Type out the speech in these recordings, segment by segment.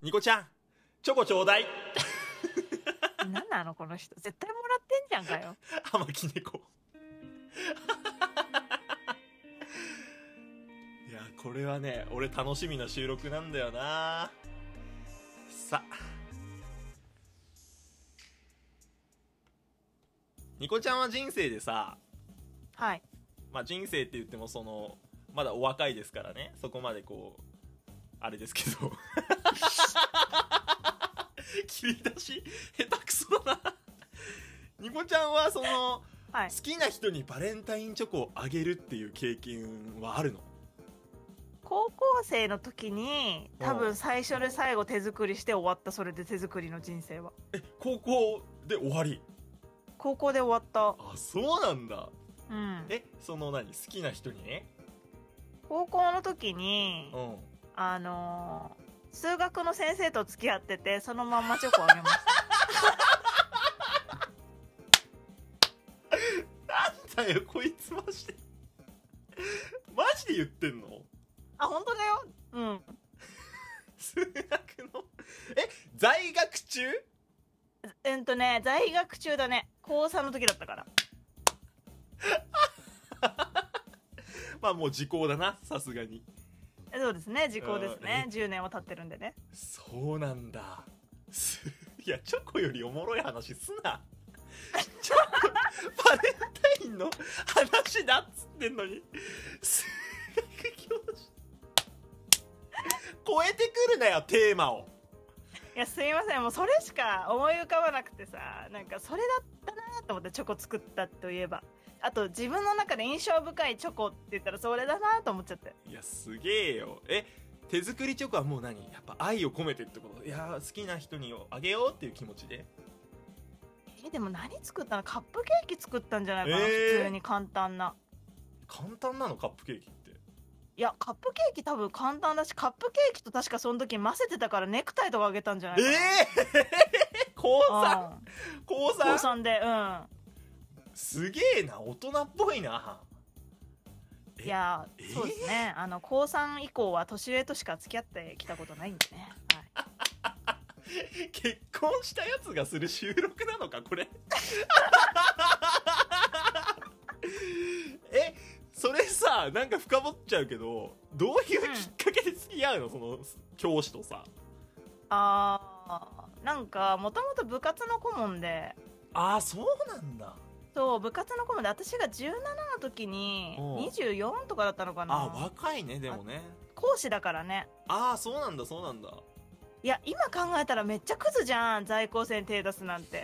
ニコちゃん、チョコちょうだい。何なのこの人絶対もらってんじゃんかよ浜木猫。 いや、これはね、俺楽しみな収録なんだよな。さ。ニコちゃんは人生でさ、はいまあ、人生って言ってもそのまだお若いですからねそこまでこうあれですけ ど切り出し下手くそだなニコちゃんはそのはい好きな人にバレンタインチョコをあげるっていう経験はあるの高校生の時に多う分ん最初で最後手作りして終わったそれで手作りの人生はえ高校で終わり高校で終わったあそうなんだうんえその何好きな人にね高校の時にうんあのー数学の先生と付き合っててそのまんまチョコあげましたなんだよこいつマジでマジで言ってんの あ本当だようん数学の え在学中えっとね在学中だね高3の時だったからまあもう時効だなさすがにえそうですね時効ですねう10年は経ってるんでねそうなんだす いやチョコよりおもろい話すな チョコバレンタインの話だっつってんのに数学教師超えてくるなよテーマをいやすいませんもうそれしか思い浮かばなくてさなんかそれだったなと思ってチョコ作ったといえばあと自分の中で印象深いチョコって言ったらそれだなと思っちゃっていやすげえよえ手作りチョコはもう何やっぱ愛を込めてってこといや好きな人にあげようっていう気持ちでえでも何作ったのカップケーキ作ったんじゃないかな、えー普通に簡単な簡単なのカップケーキっていやカップケーキ多分簡単だしカップケーキと確かその時混ぜてたからネクタイとかあげたんじゃないえかなえ 高3うん高高 3? 3でうすげえな大人っぽいなんいやえそうですねあの高3以降は年上としか付き合ってきたことないんでね、はい結婚したやつがする収録なのかこれ えそれさなんか深掘っちゃうけどどういうきっかけで付き合うの、その教師とさあーなんかもともと部活の顧問でああそうなんだそう部活の顧問で私が17の時におう24とかだったのかあな若いねでもね講師だからねああそうなんだそうなんだいや今考えたらめっちゃクズじゃん在校生に手出すなんて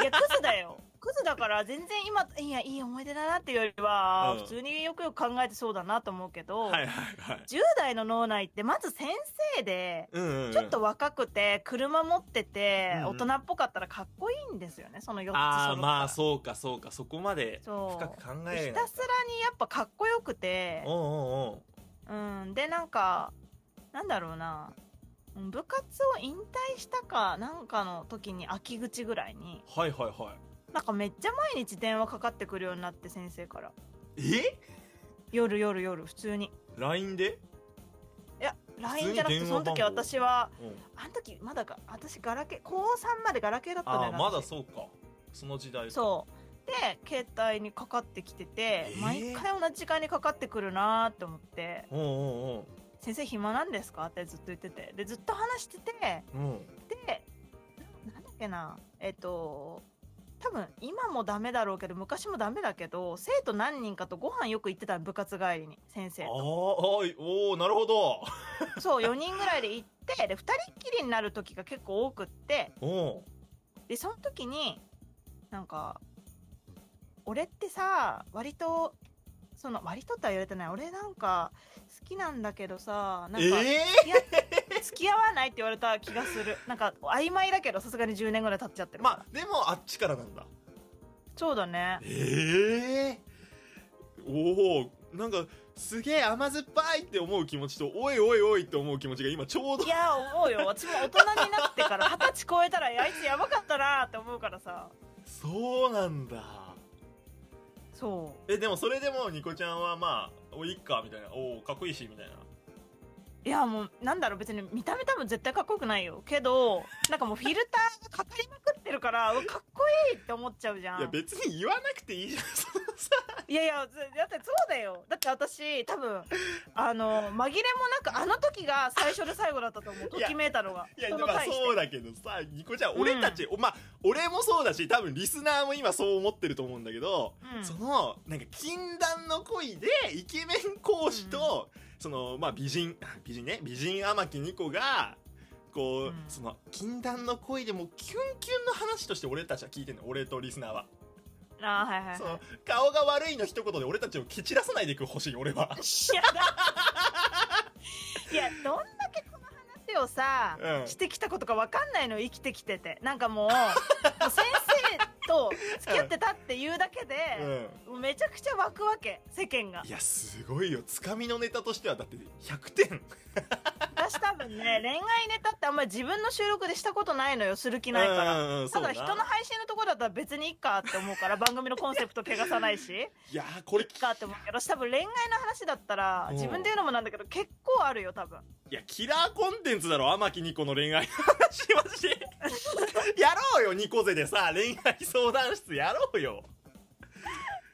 いやクズ だよクズだから全然今いやいい思い出だなっていうよりは、うん普通によくよく考えてそうだなと思うけど、はいはいはい10代の脳内ってまず先生でうんうんうんちょっと若くて車持っててうんう大ん人っぽかったらかっこいいんですよねその4つ揃ったらああまあそうかそうかそこまでそう深く考ひえるたすらにやっぱかっこよくておうおうおううんでなんかなんだろうなうん部活を引退したかなんかの時に秋口ぐらいにはいはいはなんかめっちゃ毎日電話かかってくるようになって先生からいえ夜夜夜普通に LINE で、いや通 LINE にじゃなくて電そ話の番号時私はうん、あの時まだか私ガラケー高3までガラケーだったんだあよあなまだ私そうかその時代かそうで携帯にかかってきてて、えー毎回同じ時間にかかってくるなーって思ってうんうん「先生暇なんですか?」ってずっと言っててでずっと話しててうんうんでななんだっけなえっと多分今もダメだろうけど昔もダメだけど生徒何人かとご飯よく行ってたの部活帰りに先あ生ーあとーおおなるほどそう4人ぐらいで行ってで2人っきりになる時が結構多くってうんでその時になんか俺ってさ割とその割とっては言われてない俺なんか好きなんだけどさなんか、え付き合わないって言われた気がするなんか曖昧だけどさすがに10年ぐらい経っちゃってえるまあでもあっちからなんだそうだねええおおなんかすげえ甘酸っぱいって思う気持ちとおいおいおいって思う気持ちが今ちょうどいや思うよ私も大人になってから二十歳超えたらあいつやばかったなって思うからさそうなんだそえでもそれでもニコちゃんはまあおいっかみたいなおおかっこいいしみたいなういやもうなんだろう別に見た目多分絶対かっこよくないよけどなんかもうフィルターがかかりまくってるからうわかっこいいって思っちゃうじゃんいや別に言わなくていいじゃんそのさいやいや、ずだってそうだよ。だって私、多分、あの、紛れもなく、あの時が最初で最後だったと思う。といやきめいたのが。いやそまのあ回してそうだけどさニコちゃん俺たち、おまあ俺もそうだし多分リスナーも今そう思ってると思うんだけど、うんそのなんか禁断の恋でイケメン講師と、そのまあ美人 あ美人ね美人天木ニコがこう、うんその禁断の恋でもうキュンキュンの話として俺たちは聞いてんの俺とリスナーは、あーはいはいそはの顔が悪いの一言で俺たちを蹴散らさないでほしい俺 はい。いや、だ いや、どんだけこの話をさ、うんしてきたことかわかんないのよ生きてきてて。なんかもう、 もう先生と付き合ってたっていうだけで、うんもうめちゃくちゃ湧くわけ、世間がい。やすごいよつかみのネタとしてはだって100点私多分ね、恋愛ネタってあんまり自分の収録でしたことないのよ、する気ないから。うんうんうんそたうなだ人の配信のところだったら別にいっかって思う から番組のコンセプト汚さないしいっいやーこれかって思うけど私多分恋愛の話だったらうん自分で言うのもなんだけど結構あるよ多分いや、キラーコンテンツだろ、天木ニコの恋愛の話マジで。 やろうよ、ニコゼでさ、恋愛相談室やろうよ。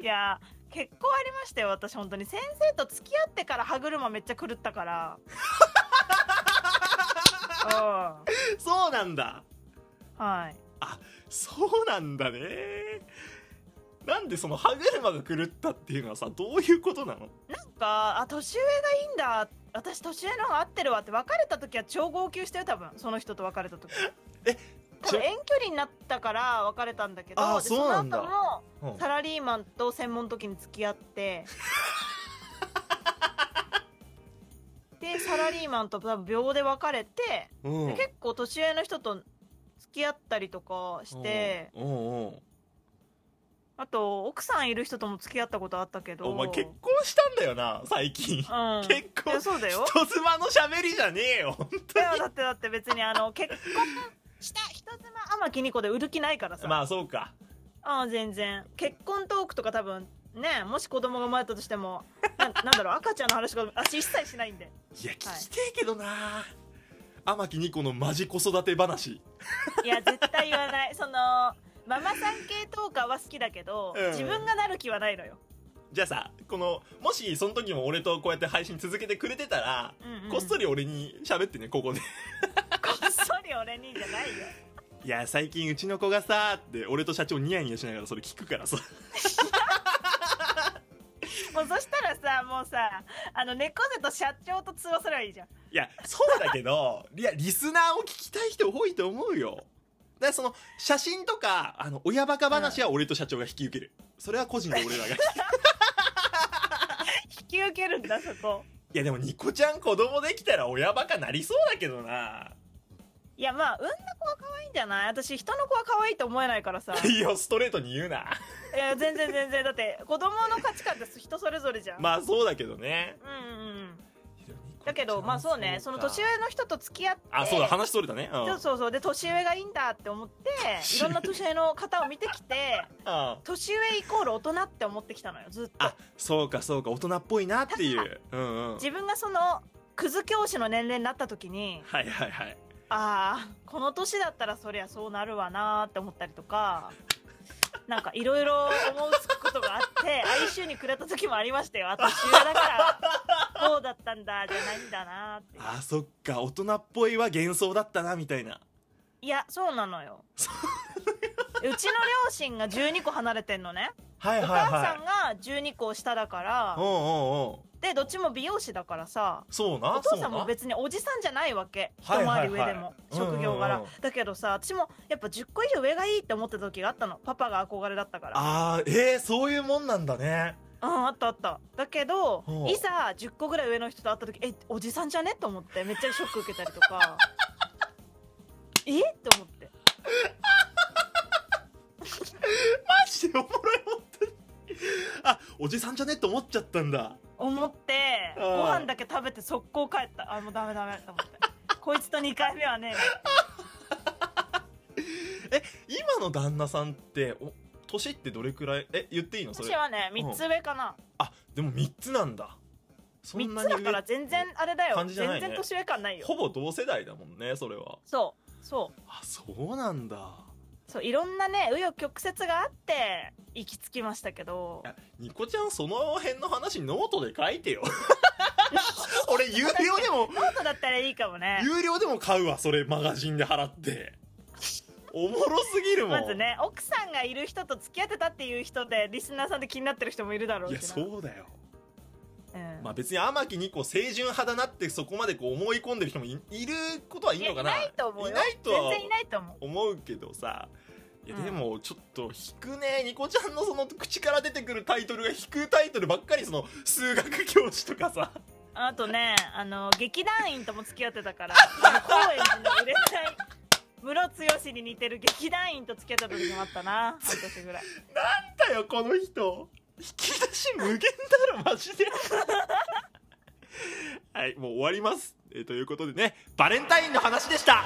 いやー結構ありましたよ私本当に先生と付き合ってから歯車めっちゃ狂ったから うそうなんだ。んはいそうなんだね。なんでその歯車が狂ったっていうのはさ、どういうことなのなんかあ年上がいいんだ私年上の方が合ってるわって別れた時は超号泣したよ多分その人と別れた時 え多分遠距離になったから別れたんだけどあーでそうなんだその後もうんサラリーマンと専門の時に付き合って。 で、サラリーマンと多分秒で別れて、うん。結構年上の人と付き合ったりとかして、うんうんうん。あと、奥さんいる人とも付き合ったことあったけど。お前結婚したんだよな、最近。うん。結い婚や、そうだよ。人妻の喋りじゃねえよ、本いや、だってだって別にあの、結婚した人妻天木二子で売る気ないから当さ。に。まあ、そうか。ああ全然結婚トークとか多分ねもし子供が生まれたとしてもななんだろう赤ちゃんの話とか私一切しないんでいや、聞きてえけどな、天木ニコのマジ子育て話。いや絶対言わないそのママさん系トーカーは好きだけど、うん自分がなる気はないのよ、じゃあさ、この、もしその時も俺とこうやって配信続けてくれてたら、うんうんこっそり俺に喋ってね、ここで。 こっそり俺にじゃないよいや、最近うちの子がさ、って俺と社長ニヤニヤしながらそれ聞くからさ。もうそしたらさもうさあの猫背と社長と通話すればいいじゃんいや、そうだけど、 いや、リスナーを聞きたい人多いと思うよ。だからその、写真とか、あの、親バカ話は俺と社長が引き受ける。それは個人で俺らが。 い引き受けるんだそこや、でもニコちゃん子供できたら親バカなりそうだけどな。いやまあ産んだ子は可愛いんじゃない私人の子は可愛いと思えないからさ いいよ、ストレートに言う な。いや全然全然だって子供の価値観って人それぞれじゃんまあ、そうだけどね。うんうんうんだけどまあそうねその年上の人と付き合ってあ、そうだ、話取れたね。うん。そうそうそうで年上がいいんだって思って いろんな年上の方を見てきてうん年上イコール大人って思ってきたのよずっとあそうかそうか大人っぽいなっていううんうん自分がそのクズ教師の年齢になった時にはいはいはいああこの年だったらそりゃそうなるわなーって思ったりと かなんかいろいろ思うつくことがあって哀愁にくれた時もありましたよあ年上だからこうだったんだじゃないんだなーってあそっか大人っぽいは幻想だったなみたいないやそうなのようちの両親が12個離れてんのねはいおはい母さんはが12個下だからいうんうんうんでどっちも美容師だからさそうなお父さんそうもな別におじさんじゃないわけ一はいはいはい回り上でもうんうんうん職業柄だけどさ私もやっぱ10個以上上がいいって思ってた時があったのパパが憧れだったからあーえー、そういうもんなんだねうんあったあっただけどほういざ10個ぐらい上の人と会った時えおじさんじゃねと思ってめっちゃショック受けたりとかえって思ってマジでおもろい本当にあおじさんじゃねって思っちゃったんだ思ってあごー飯だけ食べて速攻帰ったあもうダメダメと思ってこいつと2回目はね今の旦那さんってお年ってどれくらいえ言っていいのそ私れはね3つ上かなあでも3つなんだそん3なつにだから全然あれだよ、感じじゃないね全然年上感ないよほぼ同世代だもんねそれはそうそうあそうなんだそういろんなね紆余曲折があって行き着きましたけどいやニコちゃんその辺の話ノートで書い てよ俺有料でもノートだったらいいかもね有料でも買うわそれマガジンで払っておもろすぎるもんまずね奥さんがいる人と付き合ってたっていう人でリスナーさんで気になってる人もいるだろういしやなそうだようんまあ別に天城にこう清純派だなってそこまでこう思い込んでる人もいいることはいいのかないやいないと思うよいないとは全然いないと思う思うけどさいやうんでもちょっと引くね、ニコちゃんのその口から出てくるタイトルが引くタイトルばっかりその数学教師とかさあとね あの劇団員とも付き合ってたからあの高円寺の売れないムロツヨシに似てる劇団員と付き合ってた時もあったな半年ぐらいなんだよこの人引き出し無限だろマジで はいもう終わります、えーということでねバレンタインの話でした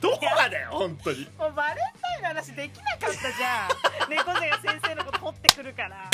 どこがだよ本当にもうバレンタインの話できなかったじゃん猫背が先生のこと掘ってくるから